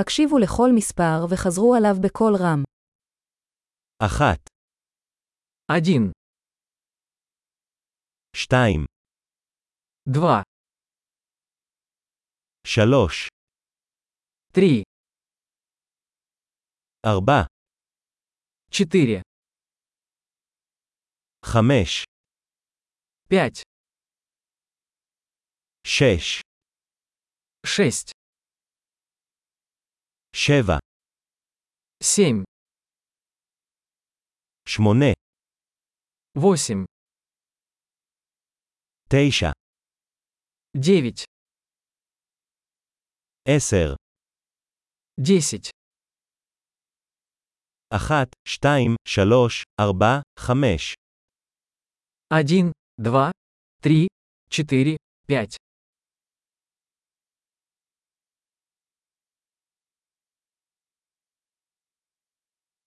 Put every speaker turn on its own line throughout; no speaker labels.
הקשיבו לכל מספר וחזרו עליו בקול רם.
אחת,
Один,
שתיים,
два,
שלוש,
три,
ארבע,
четыре,
חמש,
пять,
שש,
шесть,
שבע,
семь,
שמונה,
восемь,
תשע,
девять,
עשר,
десять,
אחת, שתיים, שלוש, ארבע, חמש,
один, два, три, четыре, пять,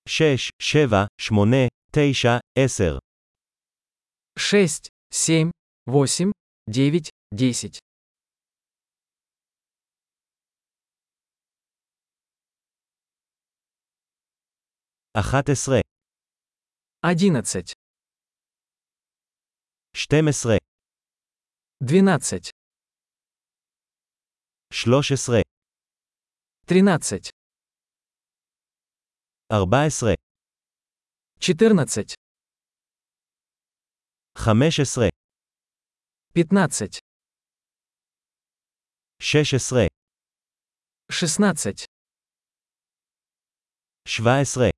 שש, שבע, שמונה, תשע, עשר,
шесть, семь, восемь, девять, десять,
אחת עשרה,
одиннадцать,
שתים עשרה,
двенадцать,
שלוש עשרה,
тринадцать,
ארבע עשרה,
четырнадцать,
חמש עשרה,
пятнадцать,
שש עשרה,
шестнадцать,
שבע עשרה,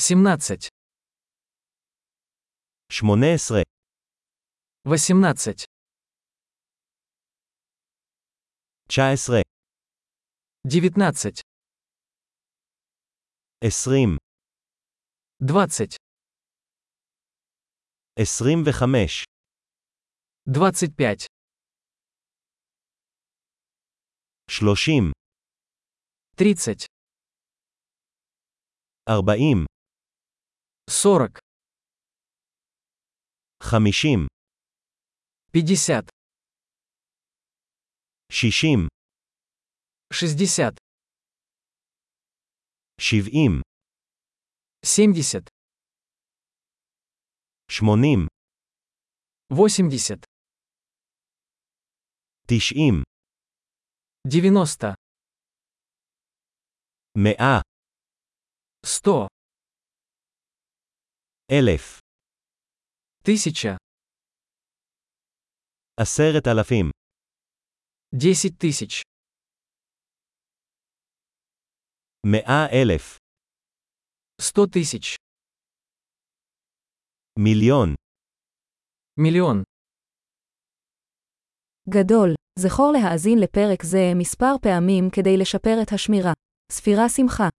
семнадцать,
שמונה עשרה,
восемнадцать,
תשע עשרה,
девятнадцать,
עשרים,
двадцать,
עשרים וחמש,
двадцать пять,
שלושים,
тридцать,
ארבעים,
сорок,
חמישים,
пятьдесят,
שישים,
шестьдесят,
שבעים,
семьдесят,
שמונים,
восемьдесят,
תשעים,
девяносто,
מאה,
сто,
אלף,
тысяча,
עשרת אלפים,
десять тысяч,
מאה אלף,
сто тысяч,
מיליון,
миллион.
גדול, זכור להאזין לפרק זה מספר פעמים כדי לשפר את השמירה. ספירה שמחה